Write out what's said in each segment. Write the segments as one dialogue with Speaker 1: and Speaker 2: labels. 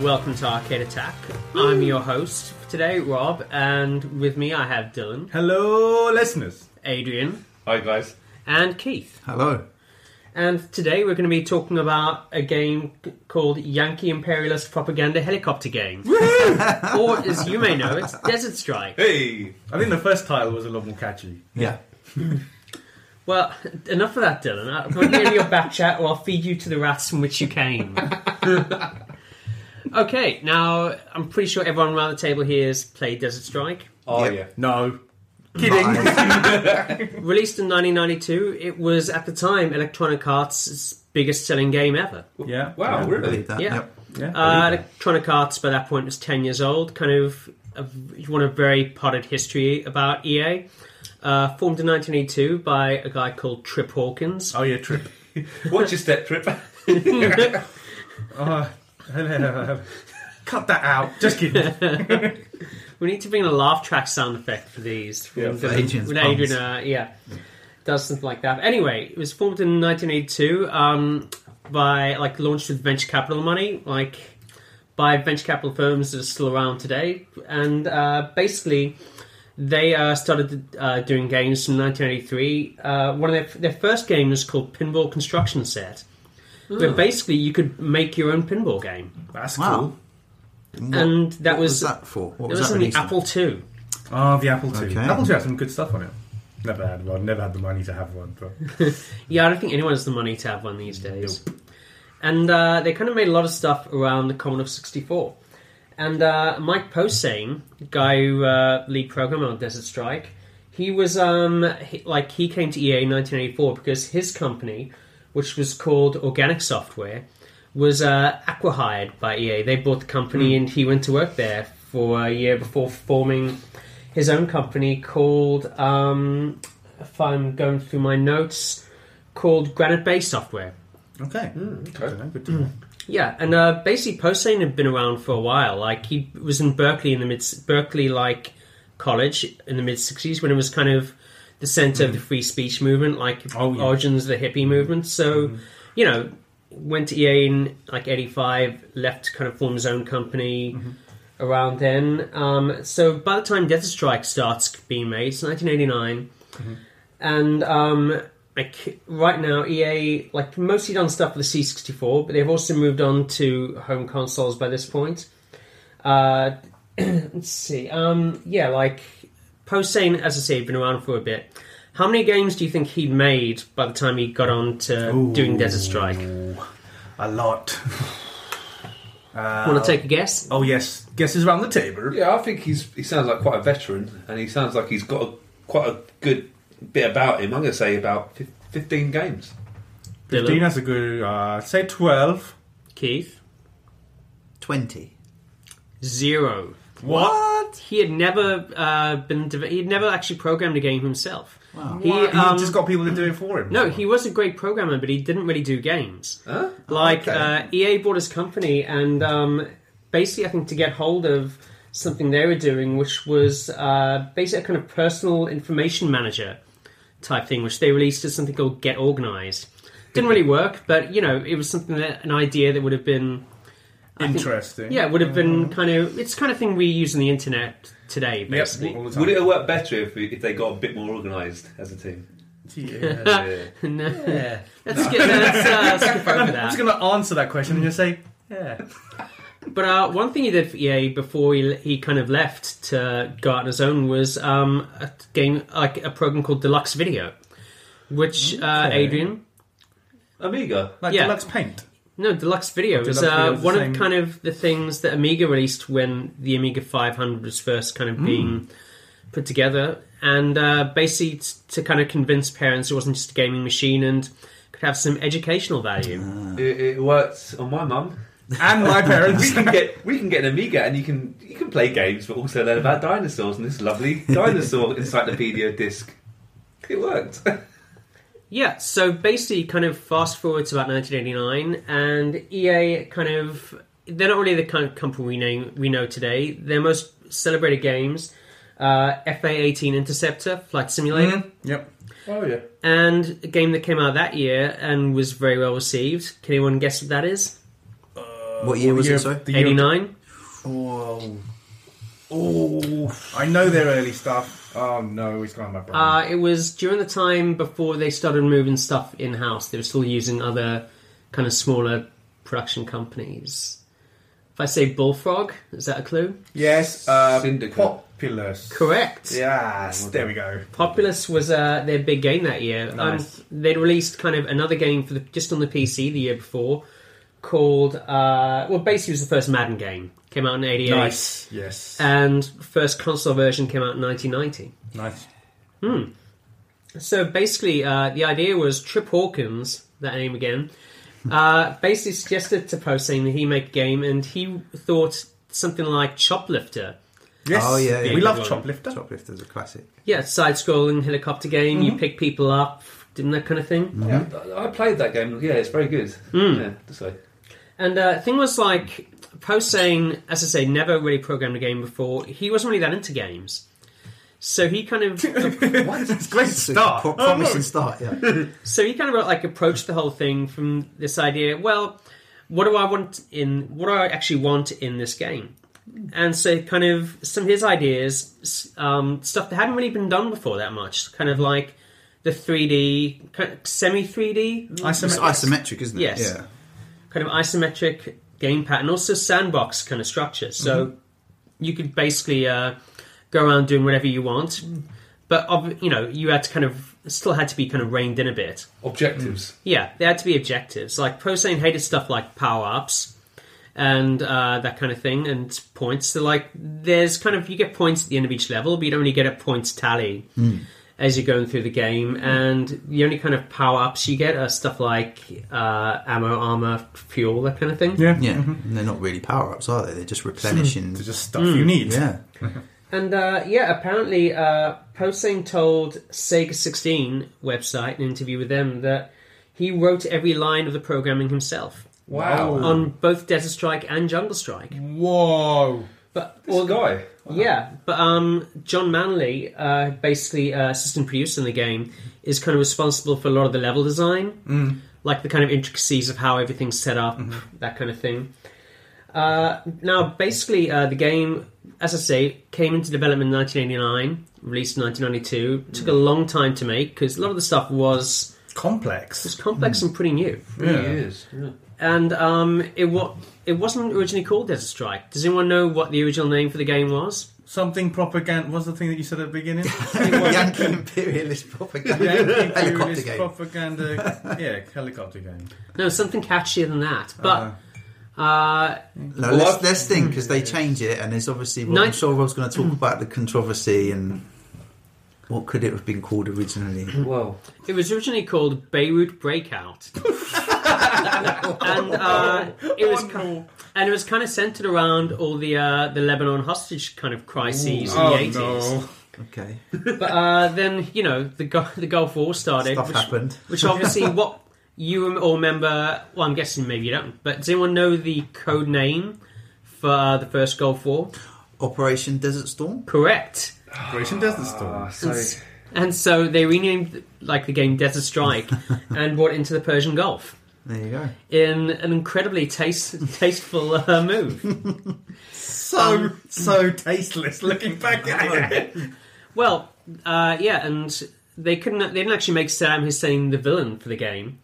Speaker 1: Welcome to Arcade Attack. I'm your host for today, Rob, and with me I have Dylan,
Speaker 2: Hello, listeners.
Speaker 1: Adrian,
Speaker 2: Hi, guys.
Speaker 1: and Keith.
Speaker 2: Hello.
Speaker 1: And today we're going to be talking about a game c- called Yankee Imperialist Propaganda Helicopter Game. or, as you may know, it's Desert Strike.
Speaker 2: Hey. I think the first title was a lot more catchy.
Speaker 3: Yeah.
Speaker 1: Well, enough of that, Dylan. I'm going to give you a back chat or I'll feed you to the rats from which you came. okay, now I'm pretty sure everyone around the table here has played Desert Strike.
Speaker 2: Oh,
Speaker 4: Yep.
Speaker 2: No. Kidding.
Speaker 1: Released in 1992, it was at the time Electronic Arts' biggest selling game ever.
Speaker 2: yeah.
Speaker 4: Wow, really?
Speaker 3: Believe that.
Speaker 1: Yeah.
Speaker 3: Yep.
Speaker 2: Yeah.
Speaker 1: Uh, Electronic Arts by that point was 10 years old, kind of a, one of very potted history about EA. Uh, formed in 1982 by a guy called Trip Hawkins.
Speaker 2: oh, yeah, trip.
Speaker 4: Watch your step trip.
Speaker 2: Oh, cut that out. Just kidding.
Speaker 1: We need to bring in a laugh track sound effect for these.
Speaker 4: Yeah,
Speaker 1: When
Speaker 4: for
Speaker 1: the-
Speaker 3: Adrian's
Speaker 1: when
Speaker 3: puns.
Speaker 1: Adrian, uh, yeah, does something like that. But anyway, it was formed in 1982 um, by like launched with venture capital money, like by venture capital firms that are still around today, and uh, basically. They uh, started uh, doing games in 1983. Uh, one of their, their first game was called Pinball Construction Set, where basically you could make your own pinball game,
Speaker 2: That's
Speaker 3: Wow.
Speaker 2: cool.
Speaker 3: And what-
Speaker 1: and that
Speaker 3: what
Speaker 1: was,
Speaker 3: that for? What
Speaker 1: it
Speaker 3: was,
Speaker 1: was
Speaker 3: that
Speaker 1: on the
Speaker 3: released on?
Speaker 1: Apple II.
Speaker 2: Oh, the Apple II.
Speaker 3: Okay.
Speaker 2: Apple II had some good stuff on it. Never had one. Never had the money to have one. But
Speaker 1: Yeah, I don't think anyone has the money to have one these days. And uh, they kind of made a lot of stuff around the Commodore 64. And uh, Mike Posehn, the guy who uh, lead programmer on Desert Strike, he was um, he, like he came to EA in 1984 because his company, which was called Organic Software, was uh, acquired by EA. They bought the company, and he went to work there for a year before forming his own company called. Um, if I'm going through my notes, called Granite Bay Software.
Speaker 2: okay.
Speaker 1: Hmm?
Speaker 2: I don't know, good to know.
Speaker 1: Yeah, and uh, basically Posehn had been around for a while. Like he was in Berkeley in the mid Berkeley like college in the mid sixties when it was kind of the center of the free speech movement, like
Speaker 2: Hmm. Oh, yeah. Hmm.
Speaker 1: origins of the hippie movement. So you know, went to EA in like eighty five, left to kind of form his own company.
Speaker 2: Hmm.
Speaker 1: Around then, um, so by the time Death Strike starts being made, it's 1989 and um, like right now EA like mostly done stuff for the C64, but they've also moved on to home consoles by this point. Uh, let's see, um, yeah, like Posehn, as I say, had been around for a bit. How many games do you think he'd made by the time he got on to doing Desert Strike?
Speaker 2: A lot. Uh,
Speaker 1: Want to take a guess?
Speaker 2: Oh, yes. Guesses around the table.
Speaker 4: yeah, I think he's he sounds like quite a veteran, and he sounds like he's got a, quite a good bit about him. I'm going to say about fif- fifteen games.
Speaker 1: Dylan,
Speaker 2: Dean has a good. Uh, say 12.
Speaker 1: Keith,
Speaker 3: Twenty.
Speaker 1: Zero.
Speaker 2: What?
Speaker 1: He had never uh, been. deve- He had never actually programmed a game himself.
Speaker 2: Wow.
Speaker 1: He,
Speaker 5: What? He's
Speaker 1: um,
Speaker 5: just got people to do it for him.
Speaker 1: No, he was a great programmer, but he didn't really do games.
Speaker 5: Oh,
Speaker 4: Huh?
Speaker 1: Like
Speaker 4: Okay.
Speaker 1: uh, EA bought his company, and um, basically, I think to get hold of something they were doing, which was uh, basically a kind of personal information manager type thing, which they released as something called Get Organized. Didn't really work, but you know, it was something that an idea that would have been
Speaker 5: Interesting.
Speaker 1: yeah, it would have been kind of it's the kind of thing we use on the internet today, basically.
Speaker 5: Yep, all the time.
Speaker 4: Would it have worked better if, we, if they got a bit more organised as a team?
Speaker 2: Yeah.
Speaker 4: Yeah.
Speaker 1: no,
Speaker 2: yeah.
Speaker 1: let's, get, let's uh, skip over
Speaker 2: I'm
Speaker 1: that.
Speaker 2: just going to answer that question and just say, yeah.
Speaker 1: But uh, one thing he did for EA before he, he kind of left to go out on his own was um, a game like a program called Deluxe Video, which uh,
Speaker 2: Okay.
Speaker 1: Adrian
Speaker 4: Amiga.
Speaker 2: Like
Speaker 1: Yeah.
Speaker 2: deluxe paint.
Speaker 1: no Deluxe Video
Speaker 2: Deluxe
Speaker 1: was
Speaker 2: Video
Speaker 1: uh,
Speaker 2: is the
Speaker 1: one
Speaker 2: same-
Speaker 1: of kind of the things that Amiga released when the Amiga 500 was first kind of
Speaker 2: Hmm.
Speaker 1: being put together, and uh, basically t- to kind of convince parents it wasn't just a gaming machine and could have some educational value.
Speaker 4: It, it worked on my mum.
Speaker 2: And my
Speaker 4: We
Speaker 2: parents.
Speaker 4: can get we can get an Amiga, and you can you can play games, but also learn about dinosaurs and this lovely dinosaur encyclopedia disc. It worked.
Speaker 1: Yeah, so basically, kind of fast forward to about 1989, and EA kind of. They're not really the kind of company we know, we know today. Their most celebrated games uh, FA 18 Interceptor, Flight Simulator,
Speaker 2: yep.
Speaker 4: Oh yeah.
Speaker 1: and a game that came out that year and was very well received. Can anyone guess what that is?
Speaker 3: What year was it, sorry?
Speaker 2: The year-
Speaker 1: 89?
Speaker 2: Oh,
Speaker 5: Oh, I know their early stuff. Oh no, it's gone my brain.
Speaker 1: Uh, it was during the time before they started moving stuff in house. They were still using other kind of smaller production companies. If I say Bullfrog, is that a clue?
Speaker 5: yes, uh,
Speaker 4: Syndicate.
Speaker 5: Populous.
Speaker 1: Correct.
Speaker 5: Yes, there we go.
Speaker 1: Populous was uh, their big game that year.
Speaker 2: Nice.
Speaker 1: Um, they'd released kind of another game for the, just on the PC the year before called uh, well, basically it was the first Madden game. Came out in '88,
Speaker 2: nice. Yes.
Speaker 1: and first console version came out in 1990.
Speaker 2: nice.
Speaker 1: So basically, uh, the idea was Trip Hawkins, that name again, uh, basically suggested to Poe saying that he make a game, and he thought something like Choplifter.
Speaker 5: Yes.
Speaker 3: Oh, yeah, yeah.
Speaker 5: We love
Speaker 1: Good one.
Speaker 5: Choplifter.
Speaker 3: Shoplifter's a classic.
Speaker 1: Yeah, side-scrolling helicopter game.
Speaker 2: Mm-hmm.
Speaker 1: You pick people up, didn't that kind of thing.
Speaker 4: I played that game. Yeah, it's very good. Yeah, so
Speaker 1: And uh, thing was like post saying, as I say, never really programmed a game before. He wasn't really that into games, so he kind of
Speaker 2: It's a great
Speaker 3: It's a
Speaker 2: start.
Speaker 3: pro- promising start, yeah.
Speaker 1: so he kind of like approached the whole thing from this idea. Well, what do I want in? What do I actually want in this game? And so, kind of some of his ideas, s- um, stuff that hadn't really been done before that much, kind of like the 3D, kind of semi 3D,
Speaker 3: It's isometric, isn't it?
Speaker 1: Yes.
Speaker 3: Yeah.
Speaker 1: kind of isometric game pattern, also sandbox kind of structure. So you could basically uh, go around doing whatever you want, but ob- you know you had to kind of still had to be kind of reined in a bit.
Speaker 4: objectives.
Speaker 1: Yeah, there had to be objectives. Like Prosane hated stuff like power ups and uh, that kind of thing and points. So like there's kind of you get points at the end of each level, but you don't really get a points tally as you're going through the game. And the only kind of power ups you get are stuff like uh, ammo, armor, fuel, that kind of thing.
Speaker 5: Yeah.
Speaker 3: Yeah.
Speaker 2: Mm-hmm.
Speaker 3: And they're not really power ups, are they? They're
Speaker 2: Hmm.
Speaker 3: just replenishing.
Speaker 5: It's just stuff you need.
Speaker 3: yeah.
Speaker 1: And uh, yeah, apparently, uh, Posehn told Sega 16 website in an interview with them that he wrote every line of the programming himself
Speaker 4: Wow.
Speaker 1: on both Desert Strike and Jungle Strike.
Speaker 5: Whoa.
Speaker 1: But
Speaker 4: Hmm. This guy.
Speaker 1: yeah, but um, John Manley, uh, basically uh, assistant producer in the game, is kind of responsible for a lot of the level design, like the kind of intricacies of how everything's set up, that kind of thing. Uh, now, basically, uh, the game, as I say, came into development in 1989, released in 1992. Took a long time to make because a lot of the stuff was was
Speaker 5: Complex.
Speaker 1: complex and pretty new,
Speaker 4: Yeah. He is. Yeah.
Speaker 1: and um, it what it wasn't originally called Desert Strike. Does anyone know what the original name for the game was?
Speaker 2: Something propaganda. What's the thing that you said at the beginning?
Speaker 3: Yankee imperialist propaganda. Helicopter
Speaker 2: Imperialist
Speaker 3: game.
Speaker 2: Propaganda. Yeah, helicopter game.
Speaker 1: No, something catchier than that. But
Speaker 2: Uh-huh.
Speaker 1: uh,
Speaker 3: No,
Speaker 4: Well,
Speaker 3: let's,
Speaker 4: I've-
Speaker 3: let's think because
Speaker 2: Hmm.
Speaker 3: they change it, and there's obviously. Well, I'm
Speaker 1: Nine-
Speaker 3: sure Rob's going to
Speaker 1: Hmm.
Speaker 3: talk about the controversy and what could it have been called originally.
Speaker 4: Well,
Speaker 1: it was originally called Beirut Breakout. and uh, it was ki- and it was kind of centered around all the uh, the Lebanon hostage kind of crises in
Speaker 2: Oh,
Speaker 1: the eighties.
Speaker 2: no.
Speaker 3: Okay.
Speaker 1: But uh, then you know the Gu- the Gulf War started,
Speaker 3: Stuff
Speaker 1: which,
Speaker 3: happened.
Speaker 1: which obviously what you all remember. Well, I'm guessing maybe you don't. But does anyone know the code name for uh, the first Gulf War?
Speaker 3: Operation Desert Storm.
Speaker 1: Correct.
Speaker 2: Operation Desert Storm.
Speaker 4: Ah, so,
Speaker 1: And so they renamed like the game Desert Strike and brought it into the Persian Gulf.
Speaker 3: There you go.
Speaker 1: in an incredibly taste, tasteful uh, move.
Speaker 2: So, so tasteless looking back at Um, it.
Speaker 1: Well, uh, yeah, and they couldn't. They didn't actually make Saddam Hussein the villain for the game.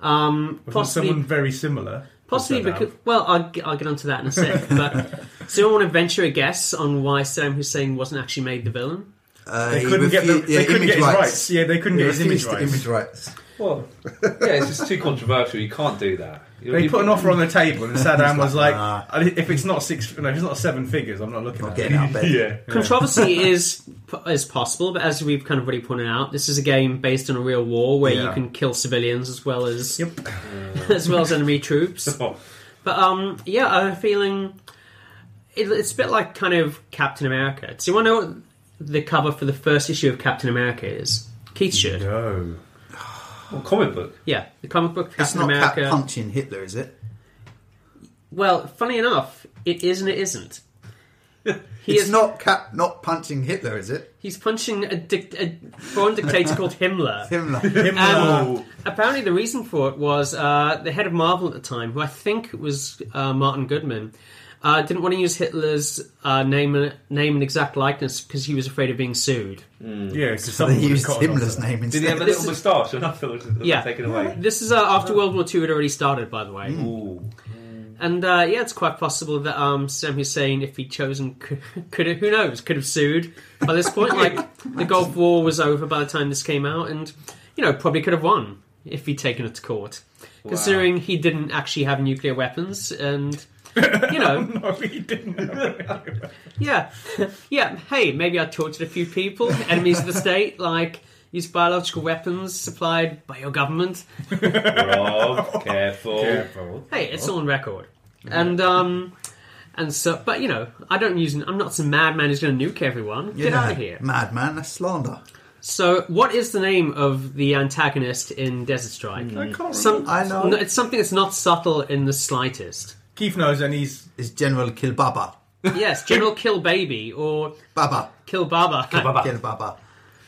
Speaker 1: Um,
Speaker 2: Was there
Speaker 1: possibly,
Speaker 2: someone very similar? to
Speaker 1: possibly
Speaker 2: Saddam?
Speaker 1: because. Well, I'll, get- I'll get onto that in a sec. But does anyone want to venture a guess on why Saddam Hussein wasn't actually made the villain?
Speaker 3: Uh,
Speaker 2: They
Speaker 3: he
Speaker 2: couldn't get, the,
Speaker 3: refu- yeah,
Speaker 2: they couldn't
Speaker 3: image
Speaker 2: get his rights.
Speaker 3: rights.
Speaker 2: Yeah, they couldn't
Speaker 3: He
Speaker 2: get his image
Speaker 3: refused the
Speaker 2: rights.
Speaker 3: image rights.
Speaker 4: well, yeah, it's just too controversial. You can't do that. You-
Speaker 2: They
Speaker 4: you-
Speaker 2: put an offer on the table, and Saddam was
Speaker 3: like,
Speaker 2: like, "I- "If it's not six, no, if it's not seven figures, I'm not looking
Speaker 3: Not
Speaker 2: at
Speaker 3: getting
Speaker 2: it."
Speaker 3: out of bed.
Speaker 2: yeah,
Speaker 1: Controversy is is possible, but as we've kind of already pointed out, this is a game based on a real war where you
Speaker 2: Yeah.
Speaker 1: can kill civilians as well as
Speaker 2: Yep.
Speaker 1: as well as enemy troops.
Speaker 4: Oh,
Speaker 1: But um, yeah, I'm feeling it, it's a bit like kind of Captain America. Does anyone know what the cover for the first issue of Captain America is? Keith should.
Speaker 2: No.
Speaker 4: well, comic book.
Speaker 1: Yeah, the comic book
Speaker 3: It's
Speaker 1: Captain
Speaker 3: not Cap
Speaker 1: America.
Speaker 3: punching Hitler, is it?
Speaker 1: well, funny enough, it is and it isn't. He
Speaker 3: it's
Speaker 1: is
Speaker 3: not Cap not punching Hitler, is it?
Speaker 1: He's punching a, dic- a foreign dictator called Himmler.
Speaker 3: Himmler.
Speaker 1: Um, apparently, the reason for it was uh, the head of Marvel at the time, who I think was uh, Martin Goodman, uh, didn't want to use Hitler's uh, name and name and exact likeness because he was afraid of being sued.
Speaker 2: Yeah, because
Speaker 3: they
Speaker 2: someone would've
Speaker 3: used
Speaker 2: caught it off
Speaker 3: Himmler's
Speaker 2: that.
Speaker 3: name
Speaker 4: Did he have a
Speaker 3: instead.
Speaker 4: little moustache? And I feel it was
Speaker 1: Yeah.
Speaker 4: taken away.
Speaker 1: This is uh, after World War II had already started, by the way,
Speaker 4: Ooh.
Speaker 1: and uh, yeah, it's quite possible that um, Saddam Hussein, if he'd chosen, could, could have, who knows, could have sued by this point. like the Gulf War was over by the time this came out, and you know probably could have won if he'd taken it to court. Considering he didn't actually have nuclear weapons, and you know,
Speaker 2: No, he didn't.
Speaker 1: yeah, yeah. Hey, maybe I tortured a few people, enemies of the state, like used biological weapons supplied by your government.
Speaker 4: Rob, careful.
Speaker 2: Careful.
Speaker 1: Hey, it's all on record. And um and so but you know, I don't use I'm not some madman who's gonna nuke everyone. Get out of here.
Speaker 3: Madman, that's slander.
Speaker 1: So what is the name of the antagonist in Desert Strike?
Speaker 2: I can't remember.
Speaker 1: Some,
Speaker 3: I know.
Speaker 1: no, it's something that's not subtle in the slightest.
Speaker 2: Keith knows, and he's
Speaker 3: Is General Kilbaba.
Speaker 1: Yes, General Kill Baby or
Speaker 3: Baba.
Speaker 1: Kill Baba.
Speaker 3: Kilbaba.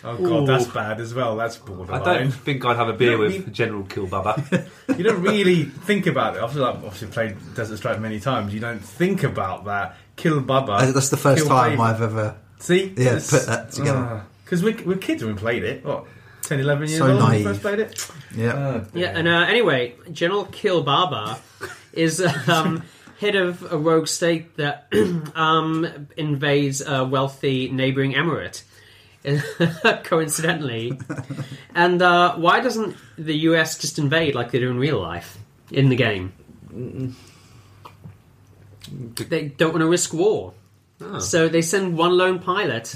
Speaker 2: oh god, that's bad as well. That's borderline.
Speaker 4: I don't think I'd have a beer
Speaker 2: No,
Speaker 4: with
Speaker 2: we-
Speaker 4: General Kilbaba.
Speaker 2: You don't really think about it. Obviously, like, obviously played Desert Strike many times. You don't think about that. Kill Baba.
Speaker 3: That's the first
Speaker 2: Kill
Speaker 3: time
Speaker 2: Baby.
Speaker 3: I've ever.
Speaker 2: See,
Speaker 3: Yeah, put that together.
Speaker 2: Because we're, we're kids when we played it. What, 10, 11 years
Speaker 3: So
Speaker 2: old when we
Speaker 3: naive.
Speaker 2: first played it.
Speaker 3: Yeah.
Speaker 1: Yeah, and uh, anyway, General Kill Baba is um, head of a rogue state that um, invades a wealthy neighboring emirate, coincidentally. And uh, why doesn't the US just invade like they do in real life in the game?
Speaker 4: Mm-hmm.
Speaker 1: They don't want to risk war.
Speaker 4: Ah.
Speaker 1: So they send one lone pilot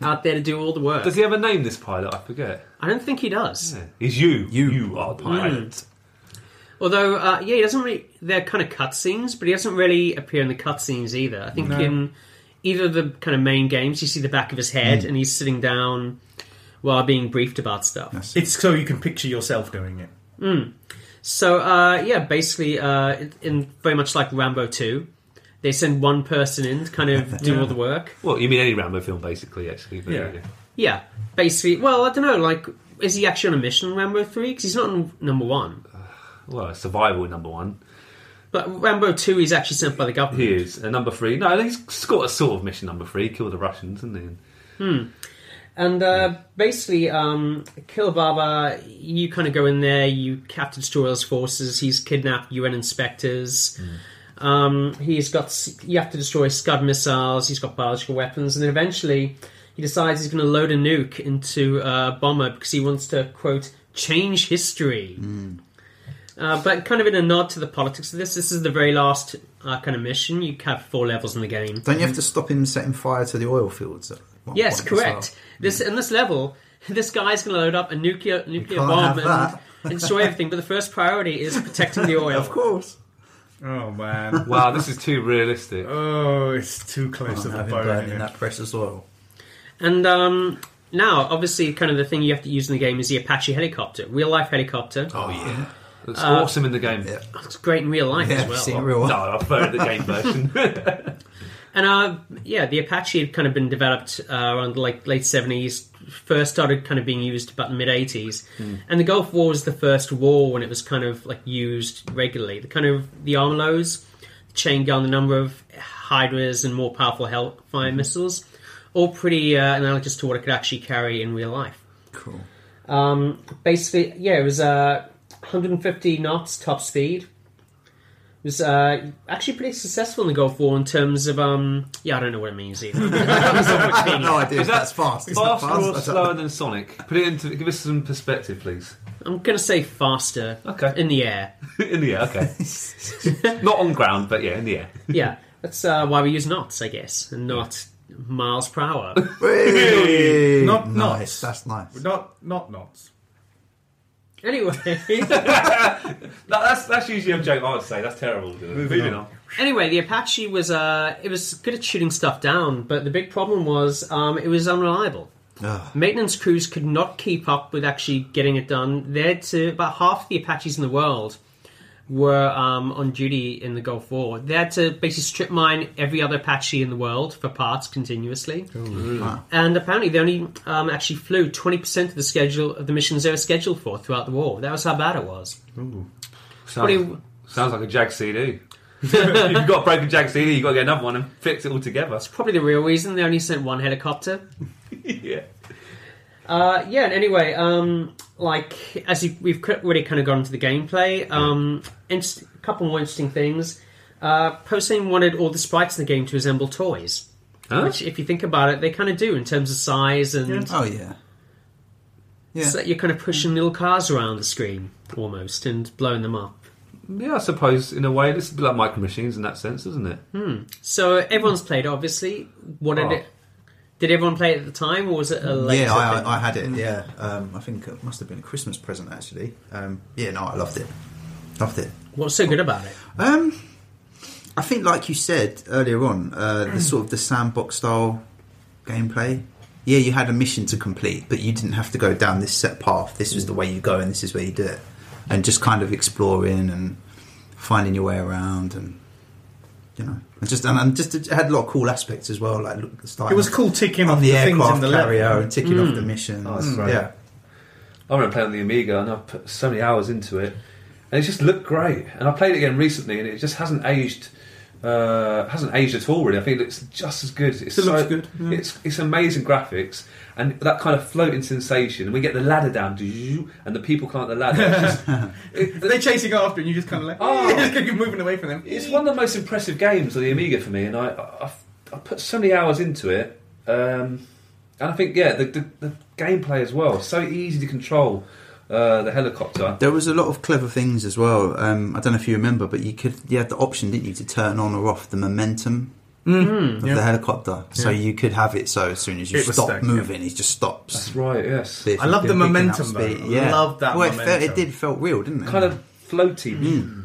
Speaker 1: out there to do all the work.
Speaker 4: Does he have a name, this pilot? I forget.
Speaker 1: I don't think he does.
Speaker 4: He's you. You, Mm. are the pilot.
Speaker 1: Although, uh, yeah, he doesn't really. They're kind of cutscenes, but he doesn't really appear in the cutscenes either. I think in either of the kind of main games, you see the back of his head and he's sitting down while being briefed about stuff.
Speaker 2: It's so you can picture yourself doing it.
Speaker 1: So, uh, yeah, basically, uh, in- in very much like Rambo 2, they send one person in to kind of do all the work.
Speaker 4: Well, you mean any Rambo film, basically, actually. But,
Speaker 2: Yeah.
Speaker 1: Yeah, basically. Well, I don't know, like, is he actually on a mission in Rambo 3? Because he's not in number one.
Speaker 4: Well, survival number one.
Speaker 1: But Rambo 2, he's actually sent by the government.
Speaker 4: He is. And number three. No, he's got a sort of mission number three. Kill the Russians, isn't he?
Speaker 1: And uh, basically, um, Kilbaba, you kind of go in there, you have to destroy all his forces. He's kidnapped UN inspectors. Um, he's got s- you have to destroy Scud missiles. He's got biological weapons, and then eventually he decides he's going to load a nuke into a bomber because he wants to quote change history. Uh, but kind of in a nod to the politics of this, this is the very last uh, kind of mission. You have four levels in the game.
Speaker 3: Don't you have to stop him setting fire to the oil fields? At one
Speaker 1: Yes,
Speaker 3: point as well?
Speaker 1: correct. This in this level, this guy's going to load up a nuclear nuclear
Speaker 3: can't
Speaker 1: bomb
Speaker 3: have
Speaker 1: and
Speaker 3: that.
Speaker 1: Destroy everything, but the first priority is protecting the oil.
Speaker 3: Of course.
Speaker 2: Oh man.
Speaker 4: Wow, this is too realistic.
Speaker 2: Oh, it's too close to the
Speaker 3: Having
Speaker 2: bone.
Speaker 3: burning
Speaker 2: isn't it?
Speaker 3: that precious oil.
Speaker 1: And um, now, obviously, kind of the thing you have to use in the game is the Apache helicopter, real life helicopter.
Speaker 3: Oh yeah.
Speaker 4: That's awesome in the game.
Speaker 3: yeah.
Speaker 1: It's great in real life
Speaker 3: Yeah,
Speaker 1: as
Speaker 3: I've
Speaker 1: well.
Speaker 3: seen
Speaker 4: No,
Speaker 3: real one.
Speaker 4: I prefer the game version.
Speaker 1: And uh, yeah, the Apache had kind of been developed uh, around the like late seventies. First started kind of being used about the mid eighties, and the Gulf War was the first war when it was kind of like used regularly. The kind of the Armalos, the chain gun, the number of Hydras and more powerful Hellfire missiles, all pretty uh, analogous to what it could actually carry in real life.
Speaker 3: Cool.
Speaker 1: Um, basically, yeah, it was uh, 150 knots top speed. It was uh, actually pretty successful in the Gulf War in terms of um, yeah, I don't know what it means either. In terms of
Speaker 3: I
Speaker 1: what's
Speaker 3: have
Speaker 1: being-
Speaker 3: no idea.
Speaker 4: Is
Speaker 3: If
Speaker 4: that
Speaker 3: that's fast. It's not
Speaker 4: Faster or
Speaker 3: fast.
Speaker 4: slower than Sonic? Put it into. Give us some perspective, please.
Speaker 1: I'm gonna say faster.
Speaker 4: Okay.
Speaker 1: In the air.
Speaker 4: in the air, okay. Not on ground, but yeah, in the air.
Speaker 1: Yeah, that's uh, why we use knots, I guess, and not miles per hour.
Speaker 3: Whee!
Speaker 2: Not
Speaker 3: nice.
Speaker 2: knots.
Speaker 3: That's nice.
Speaker 2: Not not knots.
Speaker 1: anyway.
Speaker 4: That, that's that's usually a joke I would say. That's terrible. Moving on.
Speaker 1: Anyway, the Apache was uh, it was good at shooting stuff down, but the big problem was um, it was unreliable.
Speaker 3: Ugh.
Speaker 1: Maintenance crews could not keep up with actually getting it done. There, to about half the Apaches in the world were um, on duty in the Gulf War. They had to basically strip mine every other Apache in the world for parts continuously. And apparently, they only um, actually flew twenty percent of the schedule of the missions they were scheduled for throughout the war. That was how bad it was.
Speaker 4: Sounds,
Speaker 1: Pretty-
Speaker 4: sounds like a Jag CD. If You've got a broken Jag CD. You've got to get another one and fix it all together.
Speaker 1: Probably the real reason they only sent one helicopter.
Speaker 4: yeah.
Speaker 1: Uh, yeah, and anyway, um, like, as you, we've cr- already kind of gone into the gameplay, um, inter- a couple more interesting things. Uh, Posehn wanted all the sprites in the game to resemble toys,
Speaker 4: Huh?
Speaker 1: which, if you think about it, they kind of do in terms of size and
Speaker 3: Oh yeah. Yeah.
Speaker 1: so that you're kind of pushing little cars around the screen almost and blowing them up.
Speaker 4: Yeah, I suppose in a way this is a bit like micro machines in that sense, isn't it?
Speaker 1: So everyone's played, obviously. What did
Speaker 4: Oh.
Speaker 1: it? Did everyone play it at the time, or was it a later
Speaker 3: yeah, I,
Speaker 1: thing?
Speaker 3: I, I had
Speaker 2: Mm.
Speaker 3: it. Yeah, um, I think it must have been a Christmas present actually. Um, yeah, no, I loved it. Loved it.
Speaker 1: What's so good about it?
Speaker 3: Um, I think, like you said earlier on, uh, the sort of the sandbox style gameplay. Yeah, you had a mission to complete, but you didn't have to go down this set path. This was the way you go, and this is where you do it, and just kind of exploring and finding your way around, and you know, and just and, and just it had a lot of cool aspects as well. Like look, starting
Speaker 2: It was cool ticking
Speaker 3: on
Speaker 2: off
Speaker 3: the,
Speaker 2: the, things
Speaker 3: aircraft
Speaker 2: in the
Speaker 3: carrier
Speaker 2: level.
Speaker 3: and ticking off the missions.
Speaker 4: Oh, that's
Speaker 3: Mm.
Speaker 4: right.
Speaker 3: Yeah,
Speaker 4: I remember playing on the Amiga and I put so many hours into it, and it just looked great. And I played it again recently, and it just hasn't aged. Uh, hasn't aged at all, really. I think it's just as good. It's
Speaker 2: It looks
Speaker 4: so-
Speaker 2: good, yeah.
Speaker 4: It's it's amazing graphics and that kind of floating sensation. And we get the ladder down, and the people climb the ladder. It's, just, it-
Speaker 2: They're chasing after, and you just kind of like,
Speaker 4: Oh.
Speaker 2: oh, just keep moving away from them.
Speaker 4: it's one of the most impressive games on the Amiga for me, and I I, I put so many hours into it. Um, and I think yeah, the, the, the gameplay as well, so easy to control uh, the helicopter.
Speaker 3: There was a lot of clever things as well. Um, I don't know if you remember, but you could you had the option, didn't you, to turn on or off the momentum of
Speaker 2: Mm. yeah.
Speaker 3: the helicopter, so you could have it. So as soon as you
Speaker 2: It was
Speaker 3: stop
Speaker 2: stuck, yeah.
Speaker 3: moving, it just stops.
Speaker 4: That's right, yes.
Speaker 3: So if
Speaker 2: I
Speaker 3: you
Speaker 2: love
Speaker 3: do
Speaker 2: the
Speaker 3: pick up
Speaker 2: momentum,
Speaker 3: speed-
Speaker 2: though. I love that
Speaker 3: Well, it, felt, it
Speaker 2: momentum.
Speaker 3: did felt real, didn't it?
Speaker 4: kind of floaty.
Speaker 2: Hmm.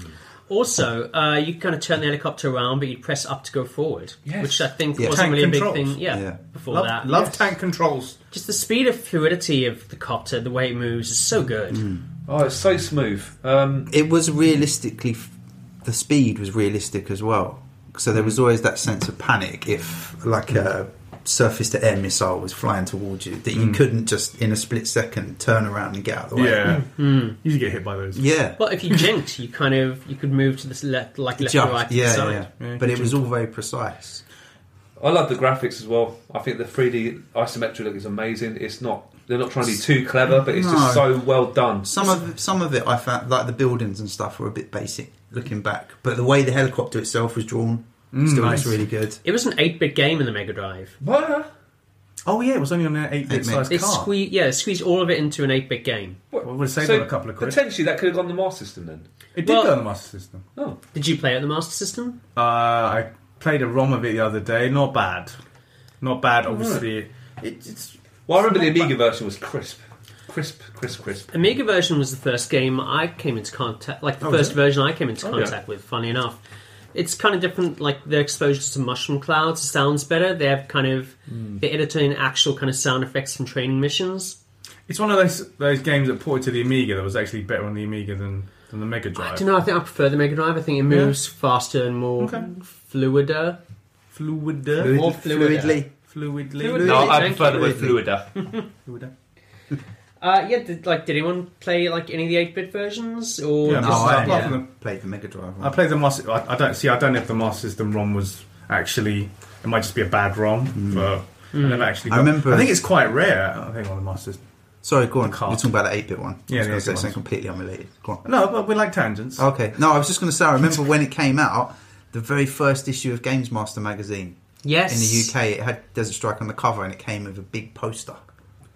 Speaker 1: Also, uh, you kind of turn the helicopter around, but you'd press up to go forward,
Speaker 4: Yes.
Speaker 1: which I think
Speaker 3: Yeah.
Speaker 1: wasn't
Speaker 2: Tank
Speaker 1: really a big
Speaker 2: controls.
Speaker 1: thing. Yeah,
Speaker 3: Yeah.
Speaker 1: before
Speaker 2: Love,
Speaker 1: that,
Speaker 2: love tank controls.
Speaker 1: just the speed of fluidity of the copter, the way it moves is so good.
Speaker 3: Mm.
Speaker 4: Oh, it's so smooth. Um,
Speaker 3: It was realistically, f- the speed was realistic as well. So there was always that sense of panic if, like a surface to air missile was flying towards you, that you couldn't just in a split second turn around and get out of the way.
Speaker 2: Hmm. you should get hit by those.
Speaker 3: Yeah.
Speaker 1: Well, if you jinked, you kind of you could move to the left, like left
Speaker 3: Just-
Speaker 1: or right to
Speaker 3: yeah,
Speaker 1: the side.
Speaker 3: yeah, yeah.
Speaker 2: Yeah,
Speaker 3: But it was all very precise.
Speaker 4: I love the graphics as well. I think the 3D isometric look is amazing. It's not they're not trying to be too clever, but it's just
Speaker 3: No.
Speaker 4: so well done.
Speaker 3: Some of some of it I found like the buildings and stuff were a bit basic looking back, but the way the helicopter itself was drawn still
Speaker 2: nice.
Speaker 3: looks really good.
Speaker 1: It was an eight-bit game in the Mega Drive.
Speaker 4: What?
Speaker 2: Oh yeah, it was only on an eight-bit
Speaker 3: Eight-bit.
Speaker 2: size
Speaker 1: They
Speaker 2: car.
Speaker 1: squeezed, yeah, they squeezed all of it into an eight-bit game.
Speaker 4: What?
Speaker 2: Well, we'll save them a couple of quid.
Speaker 4: Potentially, that could have gone the Mars system then.
Speaker 2: it did
Speaker 1: Well-
Speaker 2: go on the Master System.
Speaker 4: Oh,
Speaker 1: Did you play it on the Master System?
Speaker 2: Uh, I played a ROM of it the other day. Not bad. Not bad. Obviously, it, it's
Speaker 4: well, I remember the
Speaker 2: It's not
Speaker 4: Amiga version was crisp. crisp, crisp, crisp.
Speaker 1: Amiga version was the first game I came into contact, like the
Speaker 4: Oh,
Speaker 1: first
Speaker 4: really?
Speaker 1: version I came into
Speaker 4: Oh,
Speaker 1: contact with. Funny enough, it's kind of different. Like their exposure to mushroom clouds sounds better. They have kind of they edit in actual kind of sound effects from training missions.
Speaker 2: It's one of those those games that ported to the Amiga that was actually better on the Amiga than, than the Mega Drive.
Speaker 1: I don't know. I think I prefer the Mega Drive. I think it moves faster and more
Speaker 2: Okay.
Speaker 1: fluider.
Speaker 2: Fluid, uh,
Speaker 1: More fluid.
Speaker 3: Fluidly.
Speaker 2: fluidly.
Speaker 1: Fluid-
Speaker 4: No, I
Speaker 1: Thank
Speaker 4: prefer the
Speaker 1: you.
Speaker 4: word fluider.
Speaker 1: Uh, yeah, did, like did anyone play like any of the eight bit versions or
Speaker 2: Yeah,
Speaker 3: No,
Speaker 1: just-
Speaker 2: Apart
Speaker 3: Oh, I
Speaker 2: from
Speaker 3: yeah,
Speaker 2: the-
Speaker 3: played the Mega Drive.
Speaker 2: I
Speaker 3: One.
Speaker 2: played the Master. I, I don't see. I don't know if the Master System ROM was actually. It might just be a bad ROM, but I never actually.
Speaker 3: Mm. I
Speaker 2: Got,
Speaker 3: remember-
Speaker 2: I think it's quite rare. I think on the Master. System.
Speaker 3: Sorry, go on.
Speaker 2: The
Speaker 3: You're
Speaker 2: car.
Speaker 3: talking about the 8 bit one.
Speaker 2: Yeah,
Speaker 3: I was
Speaker 2: the
Speaker 3: going to
Speaker 2: 8-bit
Speaker 3: say
Speaker 2: ones.
Speaker 3: something completely unrelated. Go on.
Speaker 2: No, but we like tangents.
Speaker 3: Okay. No, I was just going to say, I remember when it came out, the very first issue of Games Master magazine
Speaker 1: yes,
Speaker 3: in the UK, it had Desert Strike on the cover and it came with a big poster.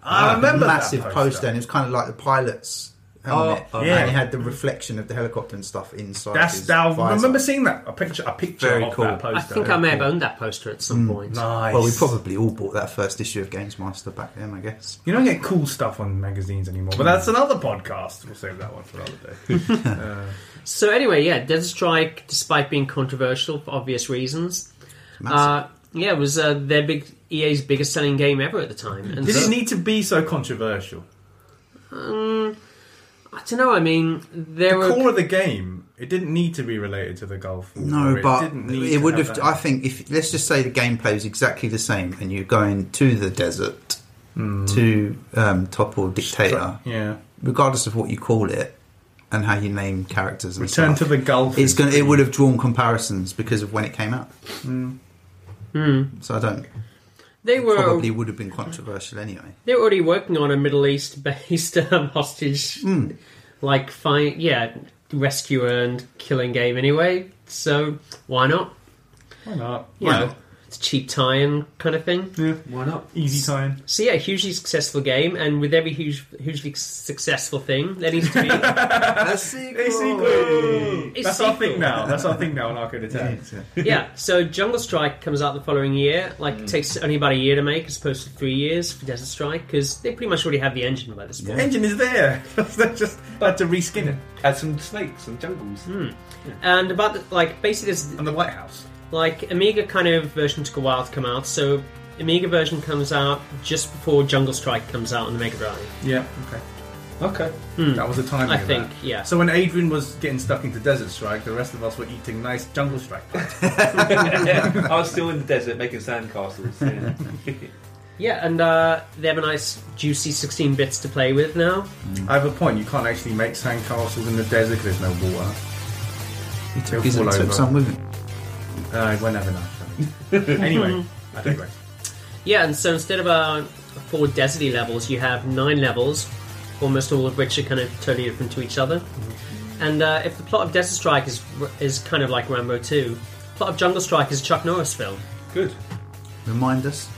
Speaker 2: I
Speaker 3: Like a
Speaker 2: remember that
Speaker 3: massive
Speaker 2: poster.
Speaker 3: and it was kind of like the pilot's helmet.
Speaker 4: Oh,
Speaker 2: yeah.
Speaker 3: And it had the reflection of the helicopter and stuff inside.
Speaker 2: That's.
Speaker 3: his
Speaker 2: Now, I
Speaker 3: visor.
Speaker 2: remember seeing that a picture. A picture
Speaker 3: Very
Speaker 2: of
Speaker 3: cool.
Speaker 2: that poster.
Speaker 1: I think I may have owned that poster at some point.
Speaker 2: Nice.
Speaker 3: Well, we probably all bought that first issue of Games Master back then, I guess.
Speaker 2: You don't get cool stuff on magazines anymore,
Speaker 3: Hmm.
Speaker 2: but that's another podcast. We'll save that one for another day. uh,
Speaker 1: So anyway, yeah, Desert Strike, despite being controversial for obvious reasons,
Speaker 3: Massive.
Speaker 1: uh, yeah, it was uh, their big EA's biggest selling game ever at the time. And
Speaker 2: did
Speaker 1: so-
Speaker 2: it need to be so controversial?
Speaker 1: I don't know. I mean, there
Speaker 2: The
Speaker 1: were
Speaker 2: core of the game, it didn't need to be related to the Gulf War.
Speaker 3: No, but
Speaker 2: didn't need
Speaker 3: it
Speaker 2: to
Speaker 3: would have.
Speaker 2: that.
Speaker 3: I think if let's just say the gameplay was exactly the same, and you're going to the desert
Speaker 2: Hmm.
Speaker 3: to um, topple a dictator,
Speaker 2: yeah.
Speaker 3: regardless of what you call it and how you name characters. And
Speaker 2: Return to
Speaker 3: stuff,
Speaker 2: the Gulf.
Speaker 3: It's going. to It would have drawn comparisons because of when it came out.
Speaker 2: Hmm.
Speaker 3: So I don't.
Speaker 1: they were
Speaker 3: Probably would have been controversial anyway.
Speaker 1: they were already working on a Middle East based um, hostage like find yeah rescue and killing game anyway. So why not?
Speaker 2: Why not?
Speaker 1: You know, it's a cheap tie-in kind of thing.
Speaker 4: Why not?
Speaker 2: Easy time.
Speaker 1: So yeah, hugely successful game, and with every huge, hugely successful thing, there needs to be. It's
Speaker 2: That's our
Speaker 1: sequel.
Speaker 2: thing now. That's our thing now on Arcade Attack.
Speaker 1: yeah, so Jungle Strike comes out the following year. Like, it takes only about a year to make as opposed to three years for Desert Strike because they pretty much already have the engine by this point.
Speaker 2: Engine is there. They just had to reskin it.
Speaker 4: Add some snakes and jungles.
Speaker 2: Hmm.
Speaker 1: And about, the, like, basically, this,
Speaker 2: And the White House.
Speaker 1: like, Amiga kind of version took a while to come out, so Amiga version comes out just before Jungle Strike comes out on the Mega Drive.
Speaker 2: Yeah. Okay.
Speaker 4: Okay.
Speaker 2: That was the timing.
Speaker 1: I
Speaker 2: of
Speaker 1: think,
Speaker 2: that.
Speaker 1: yeah.
Speaker 2: So when Adrian was getting stuck into Desert Strike, the rest of us were eating nice Jungle Strike.
Speaker 4: I was still in the desert making sandcastles. Yeah.
Speaker 1: Yeah, and uh, they have a nice, juicy 16 bits to play with now.
Speaker 2: I have a point. You can't actually make sandcastles in the desert because there's no water.
Speaker 3: He took,
Speaker 2: It'll
Speaker 3: his,
Speaker 2: fall
Speaker 3: took
Speaker 2: over.
Speaker 3: some with him.
Speaker 2: Uh, we'll never know. anyway, I digress.
Speaker 1: Yeah, and so instead of uh, four deserty levels, you have nine levels, almost all of which are kind of totally different to each other. And uh, if the plot of Desert Strike is is kind of like Rambo 2, the plot of Jungle Strike is a Chuck Norris film.
Speaker 4: Good.
Speaker 3: Remind us.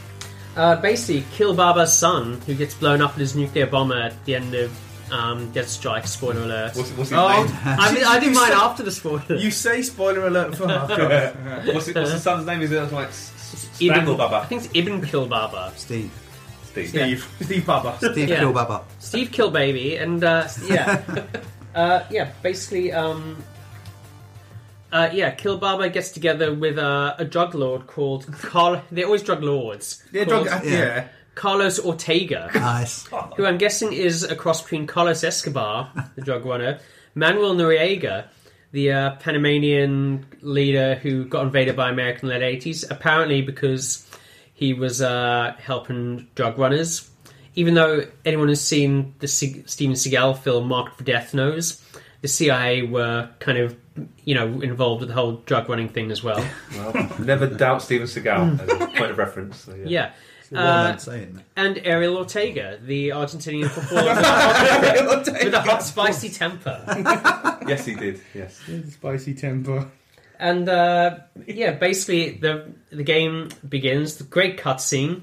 Speaker 1: Uh, basically, kill Baba's son, who gets blown up in his nuclear bomber at the end of um, Desert Strike, spoiler alert.
Speaker 4: What's, what's his
Speaker 2: Oh,
Speaker 1: I, mean, I did
Speaker 2: You
Speaker 1: mine
Speaker 2: said-
Speaker 1: after the spoiler.
Speaker 2: you say spoiler alert for half.
Speaker 4: name? What's, his, what's his son's name? Is it like S- S-
Speaker 1: Ibn-
Speaker 4: Strangle
Speaker 1: I
Speaker 4: Baba?
Speaker 1: think it's Ibn Kill Baba.
Speaker 3: Steve.
Speaker 4: Steve.
Speaker 2: Steve. Steve Baba.
Speaker 3: Steve
Speaker 1: Yeah.
Speaker 3: Killbaba.
Speaker 1: Steve Killbaby, and uh, yeah, uh, yeah, basically, um, uh, yeah, Killbaba gets together with uh, a drug lord called Carl. They're always drug lords.
Speaker 2: Yeah,
Speaker 1: Called
Speaker 2: drug, yeah.
Speaker 3: Yeah.
Speaker 1: Carlos Ortega,
Speaker 3: Nice.
Speaker 1: who I'm guessing is a cross between Carlos Escobar, the drug runner, Manuel Noriega. The uh, Panamanian leader who got invaded by American led 80s, apparently because he was uh, helping drug runners. Even though anyone who's seen the Se- Steven Seagal film Marked for Death knows, the CIA were kind of, you know, involved with the whole drug running thing as well.
Speaker 4: Well, never doubt Steven Seagal as a point of reference. So, yeah.
Speaker 1: Mm. yeah.
Speaker 3: One
Speaker 1: Uh,
Speaker 3: man saying that.
Speaker 1: And Ariel Ortega, the Argentinian footballer with a hot- with a hot, spicy temper.
Speaker 4: Yes, he did. Yes.
Speaker 2: Spicy temper.
Speaker 1: And uh, yeah, basically the the game begins. The great cutscene.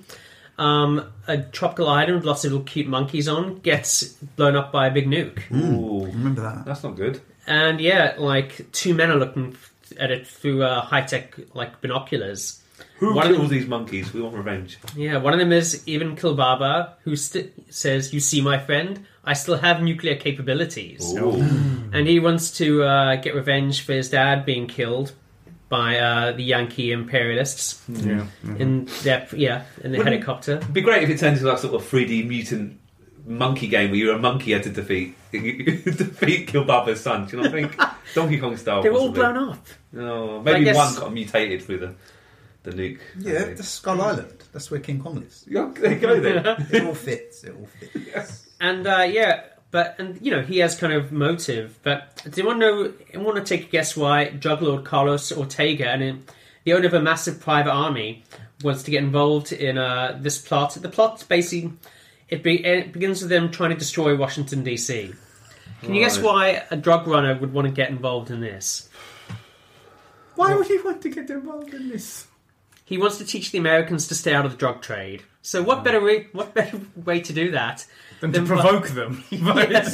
Speaker 1: Um, a tropical island with lots of little cute monkeys on gets blown up by a big nuke.
Speaker 4: Ooh,
Speaker 3: Mm. Remember that?
Speaker 4: that's not good.
Speaker 1: And yeah, like two men are looking f- at it through uh, high tech like binoculars,
Speaker 4: Who
Speaker 1: One of
Speaker 4: killed
Speaker 1: them-
Speaker 4: these monkeys? We want revenge.
Speaker 1: Yeah, one of them is even Kilbaba, who st- says, "You see, my friend, I still have nuclear capabilities,"
Speaker 4: Ooh.
Speaker 1: and he wants to uh, get revenge for his dad being killed by uh, the Yankee imperialists
Speaker 2: Yeah.
Speaker 1: in their yeah in the
Speaker 4: Wouldn't-
Speaker 1: helicopter.
Speaker 4: It'd be great if it turned into that sort of 3D mutant monkey game where you're a monkey had to defeat defeat Kilbaba's son. Do you know what I think? Donkey Kong style.
Speaker 1: They were all
Speaker 4: possibly.
Speaker 1: blown up.
Speaker 4: Oh,
Speaker 1: I
Speaker 4: maybe
Speaker 1: guess-
Speaker 4: one got mutated through the the nuke.
Speaker 3: Yeah, that's Skull Island. That's where King Kong lives.
Speaker 4: Yeah, there you go then.
Speaker 3: It all fits. It all fits.
Speaker 1: And uh, yeah, but and you know he has kind of motive. But do you want to know? Want to take a guess why Juggler Carlos Ortega and him- the owner of a massive private army wants to get involved in uh, this plot? The plot basically it, be, it begins with them trying to destroy Washington D.C. Can you guess
Speaker 4: Right.
Speaker 1: why a drug runner would want to get involved in this?
Speaker 2: Why would you want to get involved in this?
Speaker 1: He wants to teach the Americans to stay out of the drug trade. So what better re- what better way to do that?
Speaker 2: Than
Speaker 1: Then
Speaker 2: to
Speaker 1: bu-
Speaker 2: provoke them by
Speaker 1: Yes.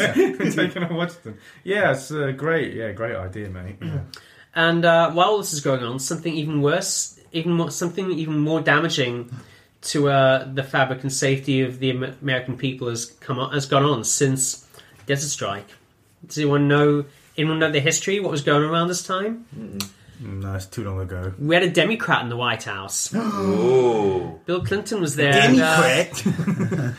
Speaker 2: taking a Washington. Yeah, it's uh, great. Yeah, great idea, mate. Yeah.
Speaker 1: And uh, while this is going on, something even worse, even more, something even more damaging to uh, the fabric and safety of the Am- American people has come on, has gone on since Desert Strike. Does anyone know? Anyone know the history? What was going on around this time?
Speaker 2: Mm, No, it's too long ago.
Speaker 1: We had a Democrat in the White House.
Speaker 4: Ooh.
Speaker 1: Bill Clinton was there. and, uh,
Speaker 3: Democrat.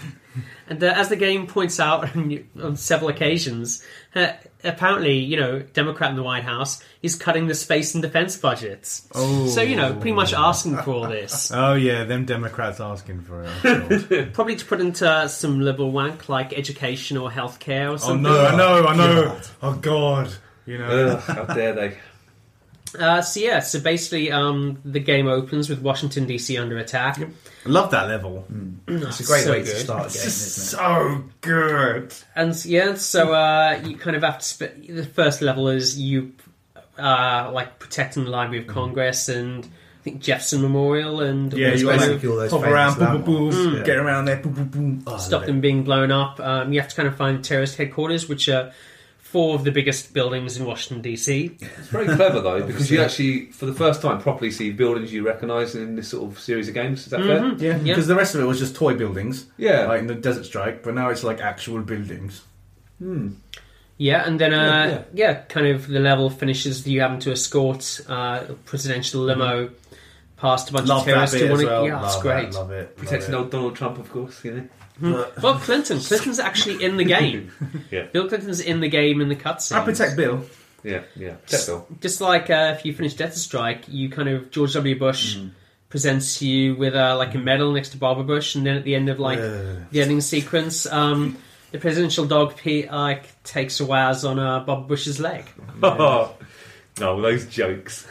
Speaker 1: And uh, as the game points out on, on several occasions, uh, apparently, you know, Democrat in the White House, he's cutting the space and defense budgets.
Speaker 2: Oh.
Speaker 1: So, you know, pretty much asking for all this.
Speaker 2: Oh yeah, them Democrats asking for it. I'm sure.
Speaker 1: Probably to put into some liberal wank like education or healthcare or
Speaker 2: oh
Speaker 1: something.
Speaker 2: no, I know, I know. Oh god, you know.
Speaker 4: Ugh, how dare they?
Speaker 1: Uh, so yeah, so basically, um, the game opens with Washington DC under attack.
Speaker 2: I love that level.
Speaker 3: It's a great
Speaker 1: so
Speaker 3: way
Speaker 1: good.
Speaker 3: to start a game,
Speaker 2: It's
Speaker 3: isn't it?
Speaker 2: so good.
Speaker 1: And yeah, so uh, you kind of have to. Sp- the first level is you uh, like protecting the Library of Congress and I think Jefferson Memorial and
Speaker 2: Mm-hmm. Yeah,
Speaker 1: all
Speaker 2: you
Speaker 1: those
Speaker 2: are
Speaker 1: kind
Speaker 2: like-
Speaker 1: of-
Speaker 3: Basically all those
Speaker 2: Hop
Speaker 3: famous
Speaker 2: around, boom,
Speaker 3: landmarks.
Speaker 2: boom, boom,
Speaker 3: Yeah.
Speaker 2: get around there, boom, boom, boom. Oh, I
Speaker 1: stop
Speaker 2: love
Speaker 1: them
Speaker 2: it.
Speaker 1: being blown up. Um, you have to kind of find terrorist headquarters, which are four of the biggest buildings in Washington DC.
Speaker 4: It's very clever though, because you actually, for the first time, properly see buildings you recognise in this sort of series of games. Is that fair?
Speaker 2: Yeah, because
Speaker 1: Yeah.
Speaker 2: the rest of it was just toy buildings,
Speaker 4: Yeah.
Speaker 2: like in the Desert Strike, but now it's like actual buildings.
Speaker 4: Hmm.
Speaker 1: Yeah, and then
Speaker 4: Yeah,
Speaker 1: uh, yeah, kind of the level finishes with you having to escort uh, a presidential limo past a bunch
Speaker 2: Mm-hmm. Love
Speaker 1: of
Speaker 2: that
Speaker 1: terrorists. who
Speaker 2: bit as
Speaker 1: wanna-
Speaker 2: well.
Speaker 1: Yeah,
Speaker 2: love
Speaker 1: that's
Speaker 2: that,
Speaker 1: great. Hmm.
Speaker 2: love it. love
Speaker 4: Protecting
Speaker 2: it.
Speaker 4: old Donald Trump, of course. You know.
Speaker 1: Well, Clinton. Clinton's actually in the game.
Speaker 4: Yeah.
Speaker 1: Bill Clinton's in the game in the cutscene.
Speaker 2: I protect Bill.
Speaker 4: Yeah, yeah. Protect Bill.
Speaker 1: Just like uh, if you finish Death Strike, you kind of George W. Bush
Speaker 2: Mm.
Speaker 1: presents you with uh, like a medal next to Barbara Bush, and then at the end of like
Speaker 2: Yeah.
Speaker 1: the ending sequence, um, the presidential dog Pete like takes a waz on uh, Bob Bush's leg.
Speaker 4: Oh, no, those jokes.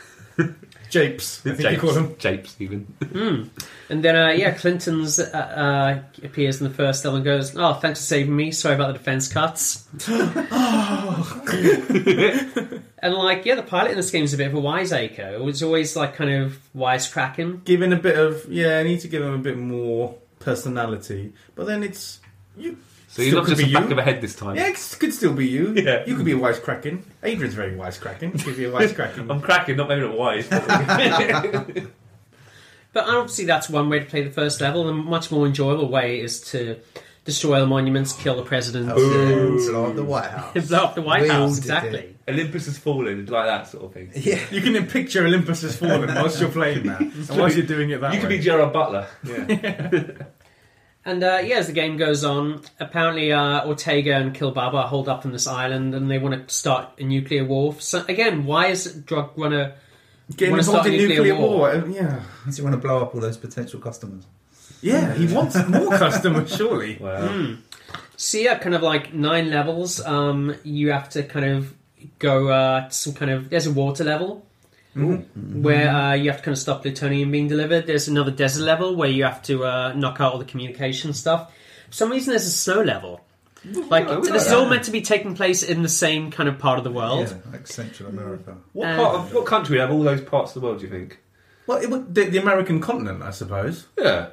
Speaker 2: Japes, I think you call them.
Speaker 4: Japes, even.
Speaker 1: And then uh, yeah, Clinton's uh, uh, appears in the first level and goes, "Oh, thanks for saving me. Sorry about the defense cuts." and like yeah, the pilot in this game is a bit of a wiseacre. It was always like kind of wisecracking.
Speaker 2: Giving a bit of yeah, I need to give them a bit more personality, but then it's you.
Speaker 4: So you're
Speaker 2: still
Speaker 4: not
Speaker 2: could
Speaker 4: just
Speaker 2: be
Speaker 4: the back
Speaker 2: you.
Speaker 4: of a head this time.
Speaker 2: Yeah, it could still be you.
Speaker 4: Yeah.
Speaker 2: You could be a wisecracking. Adrian's very wisecracking. Could be a
Speaker 4: I'm
Speaker 2: wisecracking.
Speaker 4: cracking, not making it wise.
Speaker 1: But obviously, that's one way to play the first level. The much more enjoyable way is to destroy the monuments, kill the president,
Speaker 3: Oh. Yeah, blow up the White
Speaker 1: and
Speaker 3: House.
Speaker 1: blow up the White
Speaker 3: We all
Speaker 1: House.
Speaker 3: did
Speaker 1: Exactly.
Speaker 3: it.
Speaker 4: Olympus has fallen, like that sort of thing.
Speaker 3: Yeah.
Speaker 2: You can picture Olympus has fallen whilst you're playing that, and whilst you're doing it that
Speaker 4: You could
Speaker 2: way.
Speaker 4: be Gerard Butler. Yeah.
Speaker 1: And uh, yeah, as the game goes on, apparently uh, Ortega and Kilbaba hold up on this island, and they want to start a nuclear war. So again, why is drug runner?
Speaker 2: getting
Speaker 1: wanna start
Speaker 2: involved in
Speaker 1: a nuclear
Speaker 2: nuclear,
Speaker 1: war.
Speaker 2: war. and- Yeah,
Speaker 3: Does he want to blow up all those potential customers?
Speaker 2: yeah. He wants more customers, surely.
Speaker 4: wow.
Speaker 1: So yeah, kind of like nine levels. Um, you have to kind of go uh, to some kind of there's a water level where uh, you have to kind of stop plutonium being delivered. There's another desert level where you have to uh, knock out all the communication stuff. For some reason, there's a snow level. Like
Speaker 4: we like
Speaker 1: this is
Speaker 4: that.
Speaker 1: all meant to be taking place in the same kind of part of the world.
Speaker 3: Yeah, like Central America.
Speaker 4: What
Speaker 1: Um,
Speaker 4: part of what country have all those parts of the world? Do you think?
Speaker 2: Well, it would, the, the American continent, I suppose.
Speaker 4: Yeah.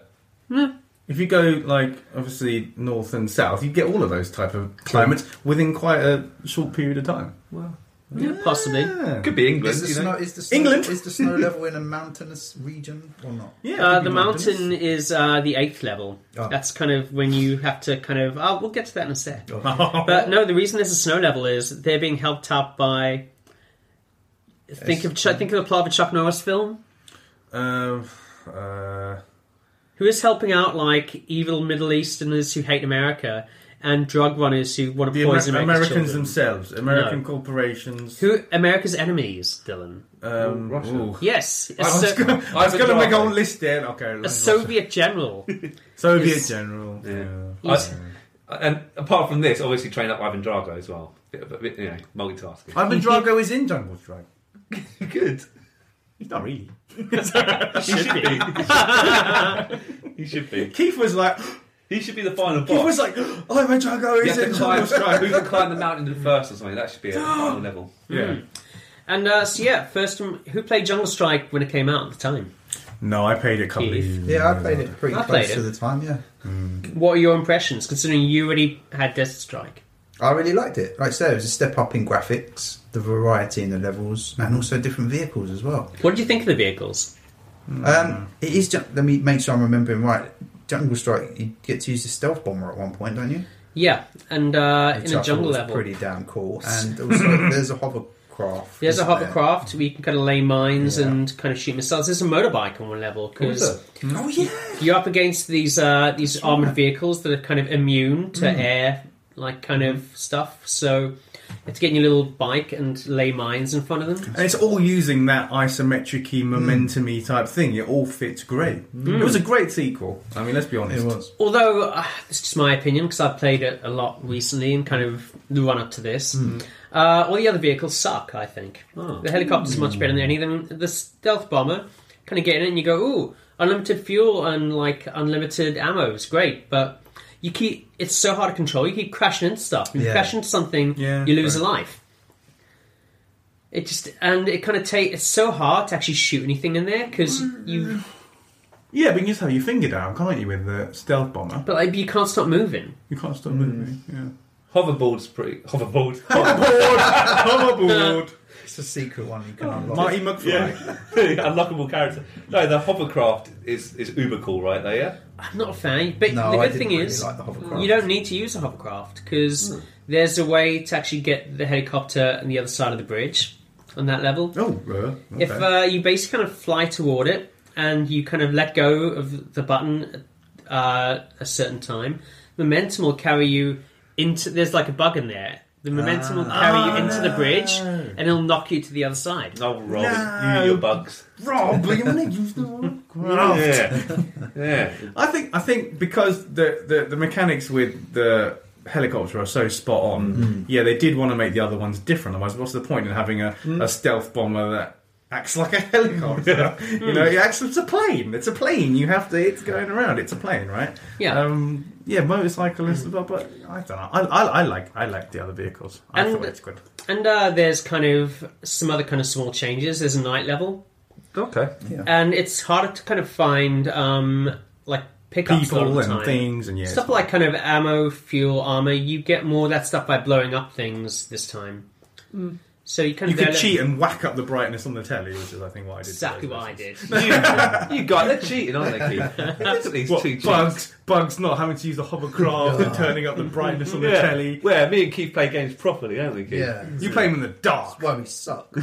Speaker 2: If you go like obviously north and south, you get all of those type of climates within quite a short period of time.
Speaker 4: Well,
Speaker 1: Yeah, possibly.
Speaker 4: Could be England.
Speaker 3: Is the,
Speaker 4: you know?
Speaker 3: snow, is, the snow,
Speaker 2: England.
Speaker 3: is the snow level in a mountainous region or not?
Speaker 2: Yeah,
Speaker 1: Uh,
Speaker 2: could
Speaker 1: the
Speaker 2: be mountainous.
Speaker 1: mountain is uh, the eighth level.
Speaker 3: Oh.
Speaker 1: That's kind of when you have to kind of. Oh, we'll get to that in a sec.
Speaker 2: Oh.
Speaker 1: But no, the reason there's a snow level is they're being helped out by. Think of Chuck, think of the plot of a Chuck Norris film.
Speaker 2: Um, uh,
Speaker 1: Who is helping out like evil Middle Easterners who hate America and drug runners who want
Speaker 2: the
Speaker 1: to poison
Speaker 2: Amer-
Speaker 1: America's
Speaker 2: Americans
Speaker 1: children?
Speaker 2: themselves, American corporations.
Speaker 1: Who America's enemies, Dylan?
Speaker 2: um,
Speaker 4: Russia.
Speaker 2: ooh.
Speaker 1: Yes, a,
Speaker 2: I was
Speaker 1: so-
Speaker 2: gonna, I was
Speaker 4: Ivan
Speaker 2: gonna make a
Speaker 4: Drago.
Speaker 2: whole list there. Okay,
Speaker 1: a
Speaker 2: Russia.
Speaker 1: Soviet general.
Speaker 2: Soviet
Speaker 1: is-
Speaker 2: general.
Speaker 4: Yeah.
Speaker 2: yeah.
Speaker 1: He's-
Speaker 4: And apart from this, obviously train up Ivan Drago as well. Bit, of- bit, you know, multitasking.
Speaker 2: Ivan Drago is in Jungle Strike.
Speaker 4: Good.
Speaker 2: He's not really.
Speaker 4: He should be. he should be.
Speaker 2: Keith was like,
Speaker 4: He should be the final
Speaker 2: Keith
Speaker 4: boss.
Speaker 2: was like, Ivan Drago
Speaker 4: you
Speaker 2: is
Speaker 4: have
Speaker 2: in
Speaker 4: to climb,
Speaker 2: Jungle Strike.
Speaker 4: who can climb the mountain first or something. That should be a final level. Hmm.
Speaker 2: Yeah.
Speaker 1: and uh, so yeah, first who played Jungle Strike when it came out at the time?
Speaker 2: No, I paid a couple of
Speaker 1: Keith.
Speaker 2: years.
Speaker 3: Yeah, I played it pretty
Speaker 1: I played
Speaker 3: close to
Speaker 1: it.
Speaker 3: the time. Yeah,
Speaker 1: What are your impressions, considering you already had Desert Strike?
Speaker 3: I really liked it. Like I said, it was a step up in graphics, the variety in the levels, and also different vehicles as well.
Speaker 1: What did you think of the vehicles?
Speaker 3: Um, it is. ju- Let me make sure I'm remembering right. Jungle Strike, you get to use the stealth bomber at one point, don't you?
Speaker 1: Yeah, and uh,
Speaker 3: Which
Speaker 1: in a
Speaker 3: I
Speaker 1: jungle
Speaker 3: thought was
Speaker 1: level,
Speaker 3: pretty damn cool. And also, there's a hovercraft.
Speaker 1: there's a
Speaker 3: isn't there?
Speaker 1: hovercraft where you can kind of lay mines
Speaker 3: Yeah.
Speaker 1: and kind of shoot missiles. There's a motorbike on one level because
Speaker 3: Oh yeah,
Speaker 1: you're up against these uh, these armored vehicles that are kind of immune
Speaker 3: Mm.
Speaker 1: to air, like kind of stuff. So you have to get in your little bike and lay mines in front of them.
Speaker 2: And it's all using that isometric-y,
Speaker 3: Hmm.
Speaker 2: momentum-y type thing. It all fits great.
Speaker 1: Hmm.
Speaker 2: It was a great sequel. I mean, let's be honest.
Speaker 3: it was.
Speaker 1: although uh, this is just my opinion because I've played it a lot recently and kind of the run up to this.
Speaker 2: Hmm.
Speaker 1: Uh, all the other vehicles suck. I think
Speaker 2: Oh.
Speaker 1: the helicopter's much better than any of them. The stealth bomber, kind of get in it and you go, ooh, unlimited fuel and like unlimited ammo is great, but. You keep it's so hard to control. You keep crashing into stuff. You
Speaker 3: Yeah.
Speaker 1: crash into something,
Speaker 2: Yeah,
Speaker 1: you lose
Speaker 2: right.
Speaker 1: a life. It just and it kind of take. It's so hard to actually shoot anything in there because
Speaker 2: Mm.
Speaker 1: you,
Speaker 2: Yeah, but you can just have your finger down, can't you, with the stealth bomber?
Speaker 1: but like, you can't stop moving.
Speaker 2: You can't
Speaker 3: Hmm.
Speaker 2: stop moving. Yeah.
Speaker 4: Hoverboard's pretty. Hoverboard.
Speaker 2: Hoverboard.
Speaker 3: It's a secret one you can unlock.
Speaker 2: Marty McFly.
Speaker 4: Yeah. Unlockable character. No, the hovercraft is, is uber cool right there, yeah?
Speaker 1: I'm not a fan, but
Speaker 3: No,
Speaker 1: the
Speaker 3: I
Speaker 1: good
Speaker 3: didn't
Speaker 1: thing
Speaker 3: really
Speaker 1: is
Speaker 3: like the hovercraft. Hmm.
Speaker 1: you don't need to use a hovercraft because there's a way to actually get the helicopter on the other side of the bridge on that level.
Speaker 2: Oh, uh, okay.
Speaker 1: If uh, you basically kind of fly toward it and you kind of let go of the button uh, a certain time, momentum will carry you into. There's like a bug in there. The momentum will carry you
Speaker 3: Ah.
Speaker 1: into the bridge
Speaker 3: Oh,
Speaker 1: and it'll knock you to the other side.
Speaker 4: No, Rob.
Speaker 2: No.
Speaker 4: You, your bugs.
Speaker 2: Rob, you're gonna use the hovercraft.
Speaker 4: Yeah. yeah.
Speaker 2: I think I think because the, the, the mechanics with the helicopter are so spot on.
Speaker 1: Mm.
Speaker 2: Yeah, they did want to make the other ones different. Otherwise, what's the point in having a,
Speaker 1: Mm.
Speaker 2: a stealth bomber that acts like a helicopter? you know, it acts it's a plane. It's a plane. You have to. It's going around. It's a plane, right?
Speaker 1: Yeah. Mm.
Speaker 2: Um, yeah, motorcyclists, but, but I don't know. I, I, I like I like the other vehicles. I
Speaker 1: And-
Speaker 2: thought it's good.
Speaker 1: And uh, there's kind of some other kind of small changes. There's a night level
Speaker 2: Okay.
Speaker 1: and it's harder to kind of find um, like pickups a lot of the
Speaker 2: People and
Speaker 1: time.
Speaker 2: things and yeah.
Speaker 1: Stuff like kind of ammo, fuel, armor. You get more of that stuff by blowing up things this time. So you kind of
Speaker 2: you could
Speaker 1: they're-
Speaker 2: cheat and whack up the brightness on the telly, which is I think what I did. to
Speaker 1: Exactly
Speaker 2: those
Speaker 1: what I
Speaker 2: versions.
Speaker 1: did.
Speaker 4: You, you guys, they're cheating, aren't they, Keith? Look at these
Speaker 2: What,
Speaker 4: two cheats.
Speaker 2: bugs, bugs not having to use the hovercraft and turning up the brightness on the telly.
Speaker 4: Where me and Keith play games properly, don't we, Keith?
Speaker 3: Yeah,
Speaker 2: You play them in the dark.
Speaker 3: why we suck.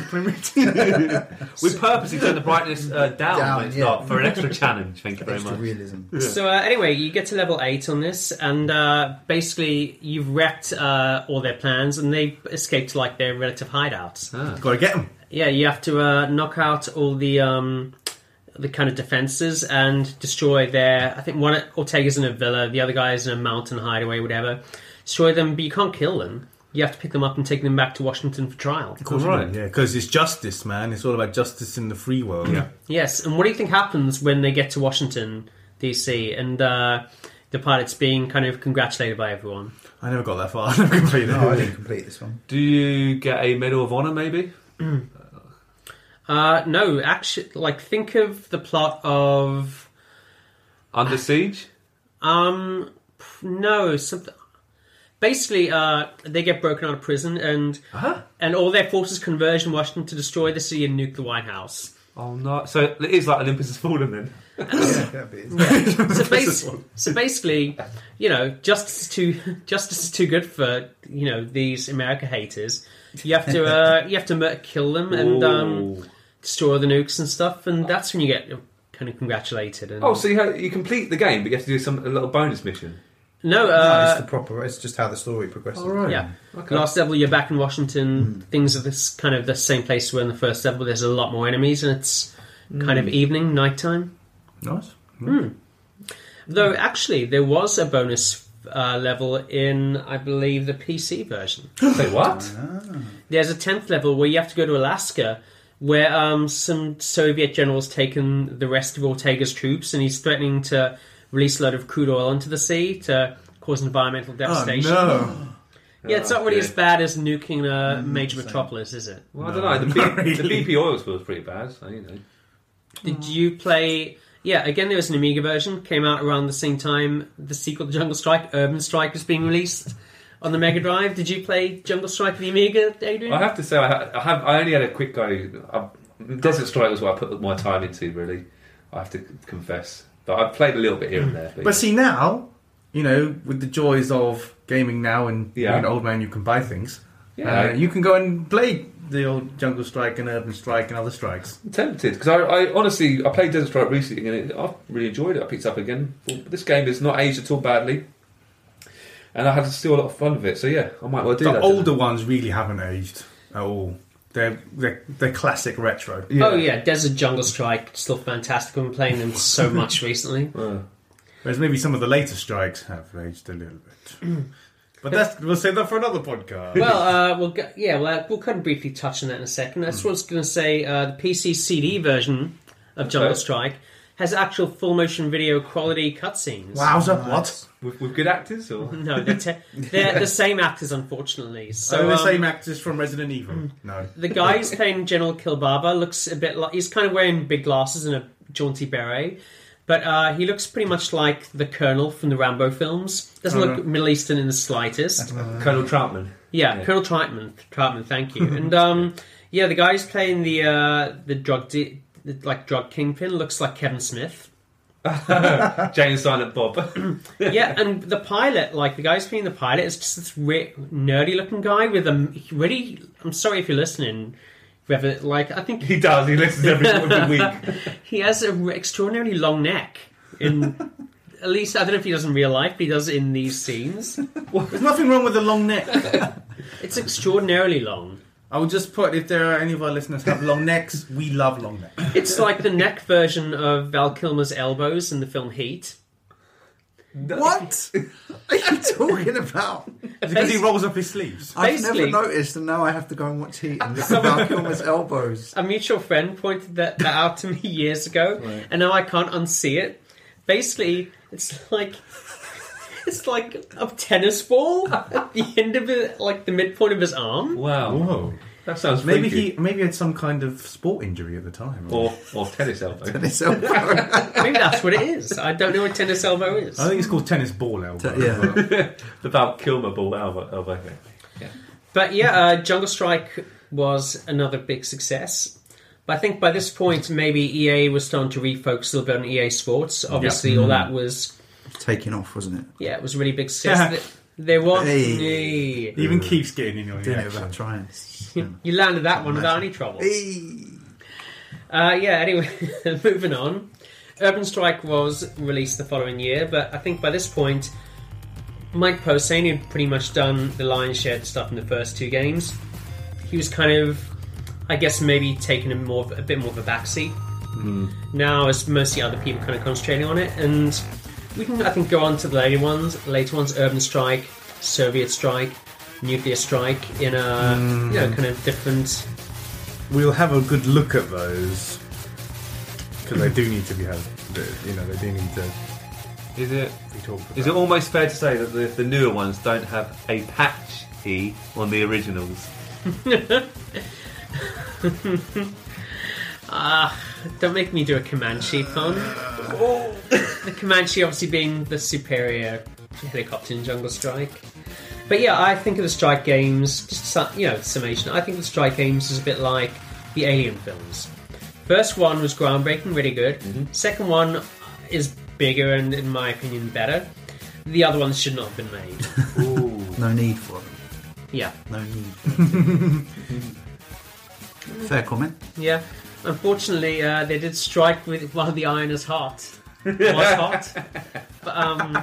Speaker 4: We purposely turn the brightness uh, down,
Speaker 3: Down,
Speaker 4: when it's
Speaker 3: yeah.
Speaker 4: not for an extra challenge. Thank you very
Speaker 3: Extra
Speaker 4: much.
Speaker 3: realism.
Speaker 1: So uh, anyway, you get to level eight on this, and uh, basically you've wrecked uh, all their plans, and they've escaped to, like their relative hideouts.
Speaker 4: Ah.
Speaker 2: Got to get them.
Speaker 1: Yeah, you have to uh, knock out all the um, the kind of defenses and destroy their. I think one Ortega's in a villa, the other guy's in a mountain hideaway, whatever. Destroy them, but you can't kill them. You have to pick them up and take them back to Washington for trial.
Speaker 2: All right. Yeah, because it's justice, man. It's all about justice in the free world. Yeah.
Speaker 1: Yes, and what do you think happens when they get to Washington DC and uh, the pilots being kind of congratulated by everyone?
Speaker 2: I never got that far. I never completed
Speaker 3: No, I
Speaker 2: it.
Speaker 3: didn't complete this one.
Speaker 4: Do you get a Medal of Honor, maybe?
Speaker 1: Uh, no, actually, like think of the plot of
Speaker 4: Under Siege?
Speaker 1: Um, p- no, something. basically uh, they get broken out of prison and
Speaker 4: Huh?
Speaker 1: and all their forces converge in Washington to destroy the city and nuke the White House.
Speaker 4: Oh no! So it is like Olympus has fallen then.
Speaker 5: Yeah, but it's-
Speaker 1: So, bas- so basically, you know, justice is too justice is too good for you know these America haters. You have to uh, you have to mur- kill them and um,
Speaker 4: Ooh.
Speaker 1: destroy the nukes and stuff, and that's when you get kind of congratulated. And
Speaker 4: oh, so you, ha- you complete the game, but you have to do some a little bonus mission.
Speaker 1: no,
Speaker 3: No,
Speaker 1: uh,
Speaker 3: it's the proper. It's just how the story progresses.
Speaker 1: Yeah.
Speaker 4: Okay.
Speaker 1: Last level, you're back in Washington. Things are this kind of the same place we were in the first level. There's a lot more enemies, and it's kind of evening, nighttime. Hmm.
Speaker 2: Nice.
Speaker 1: Though actually, there was a bonus uh, level in, I believe, the PC version.
Speaker 4: Say what?
Speaker 1: There's a tenth level where you have to go to Alaska, where um, some Soviet generals taken the rest of Ortega's troops, and he's threatening to release a load of crude oil into the sea to cause environmental devastation.
Speaker 2: no.
Speaker 1: Yeah, it's not really
Speaker 4: Okay. Mm,
Speaker 1: as bad as nuking a major metropolis, is it?
Speaker 4: Well, I don't know. The, B- the BP oil spill was pretty bad. So, you know.
Speaker 1: Did you play? Yeah, again, there was an Amiga version. Came out around the same time the sequel to Jungle Strike, Urban Strike, was being released on the Mega Drive. Did you play Jungle Strike on the Amiga, Adrian?
Speaker 4: I have to say, I, ha- I have. I only had a quick go. I, Desert Strike was what I put my time into. Really, I have to confess. But I played a little bit here and there.
Speaker 2: But see now, you know, with the joys of gaming now and
Speaker 4: Yeah.
Speaker 2: being an old man, you can buy things.
Speaker 4: yeah,
Speaker 2: Uh, you can go and play the old Jungle Strike and Urban Strike and other strikes.
Speaker 4: I'm tempted because I, I honestly I played Desert Strike recently and it, I really enjoyed it. I picked it up again. Thought, This game is not aged at all badly, and I had still a lot of fun with it. So yeah, I might well do
Speaker 2: the
Speaker 4: that.
Speaker 2: older ones really haven't aged at all. They're they're, they're classic retro.
Speaker 1: Oh yeah, Desert Jungle Strike still fantastic. I've been playing them so much recently.
Speaker 4: Uh,
Speaker 2: Whereas maybe some of the later strikes have aged a little bit. But that's we'll save that for another podcast.
Speaker 1: Well, uh, we'll go, yeah, well, uh, we'll kind of briefly touch on that in a second.
Speaker 4: Hmm.
Speaker 1: That's what I was going to say. Uh, the PC CD version of Jungle
Speaker 4: Okay.
Speaker 1: Strike has actual full motion video quality cutscenes.
Speaker 2: Wowza! What?
Speaker 4: with, with good actors or
Speaker 1: No, they're, te- they're the same actors, unfortunately. So,
Speaker 2: So Oh, the
Speaker 1: um, Hmm.
Speaker 2: same actors from Resident Evil. No.
Speaker 1: The guy who's playing General Kilbaba looks a bit like he's kind of wearing big glasses and a jaunty beret, but uh, he looks pretty much like the Colonel from the Rambo films. Doesn't look
Speaker 2: Okay.
Speaker 1: Middle Eastern in the slightest.
Speaker 4: Colonel Troutman.
Speaker 1: Yeah,
Speaker 4: Yeah.
Speaker 1: Colonel Troutman. Troutman, thank you. And um, yeah, the guy who's playing the uh, the drug de- the, like drug kingpin looks like Kevin Smith.
Speaker 4: Jane Silent Bob.
Speaker 1: yeah, and the pilot, like the guy who's playing the pilot, is just this re- nerdy looking guy with a m- really. I'm sorry if you're listening. Rev- like I think
Speaker 4: he does. He listens every, every week.
Speaker 1: He has an extraordinarily long neck. In at least I don't know if he does in real life, but he does it in these scenes.
Speaker 2: There's nothing wrong with the long neck.
Speaker 1: It's extraordinarily long.
Speaker 2: I will just put if there are any of our listeners have long necks, we love long necks.
Speaker 1: It's like the neck version of Val Kilmer's elbows in the film Heat.
Speaker 3: What are you talking about?
Speaker 2: Because he rolls up his sleeves.
Speaker 3: I've never
Speaker 1: Basically-
Speaker 3: noticed, and now I have to go and watch Heat and look at Val Kilmer's elbows.
Speaker 1: A mutual friend pointed that, that out to me years ago, and now I can't unsee it. Basically, it's like it's like a tennis ball at the end of it, like the midpoint of his arm.
Speaker 4: Wow,
Speaker 2: Whoa.
Speaker 4: that sounds
Speaker 2: Maybe
Speaker 4: freaky.
Speaker 2: he maybe he had some kind of sport injury at the time.
Speaker 4: or or tennis elbow.
Speaker 3: His elbow.
Speaker 1: Maybe that's what it is. I don't know what tennis elbow is.
Speaker 2: I think it's called tennis ball elbow.
Speaker 3: yeah.
Speaker 4: the Val Kilmer ball elbow. elbow.
Speaker 1: But yeah, uh, Jungle Strike was another big success. But I think by this point, maybe EA was starting to refocus a little bit on EA Sports. Obviously, all that was
Speaker 3: Taking off, wasn't it?
Speaker 1: yeah, it was a really big success. Th- there was
Speaker 3: Hey.
Speaker 1: Hey.
Speaker 2: Even keeps getting in your
Speaker 3: Doing it
Speaker 2: neck.
Speaker 3: without trying.
Speaker 1: you landed that one without any trouble. Uh, yeah. Anyway, moving on. Urban Strike was released the following year, but I think by this point, Mike Posehn had pretty much done the lion's share of the stuff in the first two games. He was kind of, I guess, maybe taking a more of- a bit more of a backseat. Now it's mostly other people kind of concentrating on it, and we can I think go on to the later ones. Later ones, Urban Strike, Soviet Strike, Nuclear Strike, in a you know kind of different
Speaker 2: We'll have a good look at those because they do need to be had. You know, they do need to
Speaker 4: Is it?
Speaker 2: be talked about.
Speaker 4: Is it almost fair to say that the, the newer ones don't have a patch E on the originals?
Speaker 1: Don't make me do a Comanche pun. The Comanche obviously being the superior helicopter in Jungle Strike. But yeah, I think of the Strike games, just su- you know, summation, I think the Strike games is a bit like the Alien films. First one was groundbreaking, really good. Second one is bigger and, in my opinion, better. The other ones should not have been made.
Speaker 4: Ooh.
Speaker 3: No need for it.
Speaker 1: yeah.
Speaker 3: No need. Fair comment.
Speaker 1: Yeah. Unfortunately, uh, they did strike with while the iron is hot. Was hot. But, um,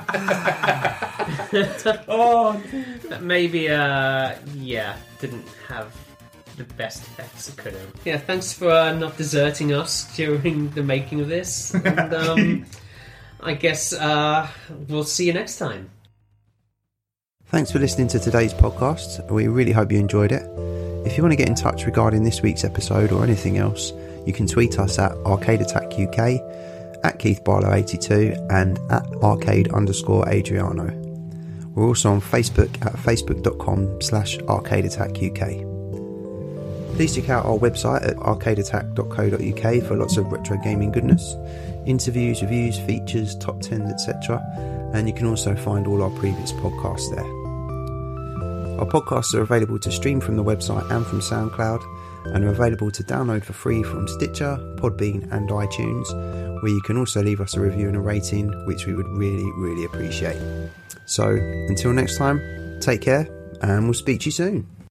Speaker 4: oh,
Speaker 1: but maybe, uh, yeah, didn't have the best effects it could have. Yeah, thanks for uh, not deserting us during the making of this. And um, I guess uh, we'll see you next time.
Speaker 6: Thanks for listening to today's podcast. We really hope you enjoyed it. If you want to get in touch regarding this week's episode or anything else, you can tweet us at Arcade Attack UK, at Keith Barlow82, and at arcade underscore Adriano. We're also on Facebook at facebook.com slash arcade attack UK. Please check out our website at arcadeattack.co.uk for lots of retro gaming goodness, interviews, reviews, features, top 10s, etc. And you can also find all our previous podcasts there. Our podcasts are available to stream from the website and from SoundCloud, and are available to download for free from Stitcher, Podbean, and iTunes, where you can also leave us a review and a rating, which we would really, really appreciate. So, until next time, take care, and we'll speak to you soon.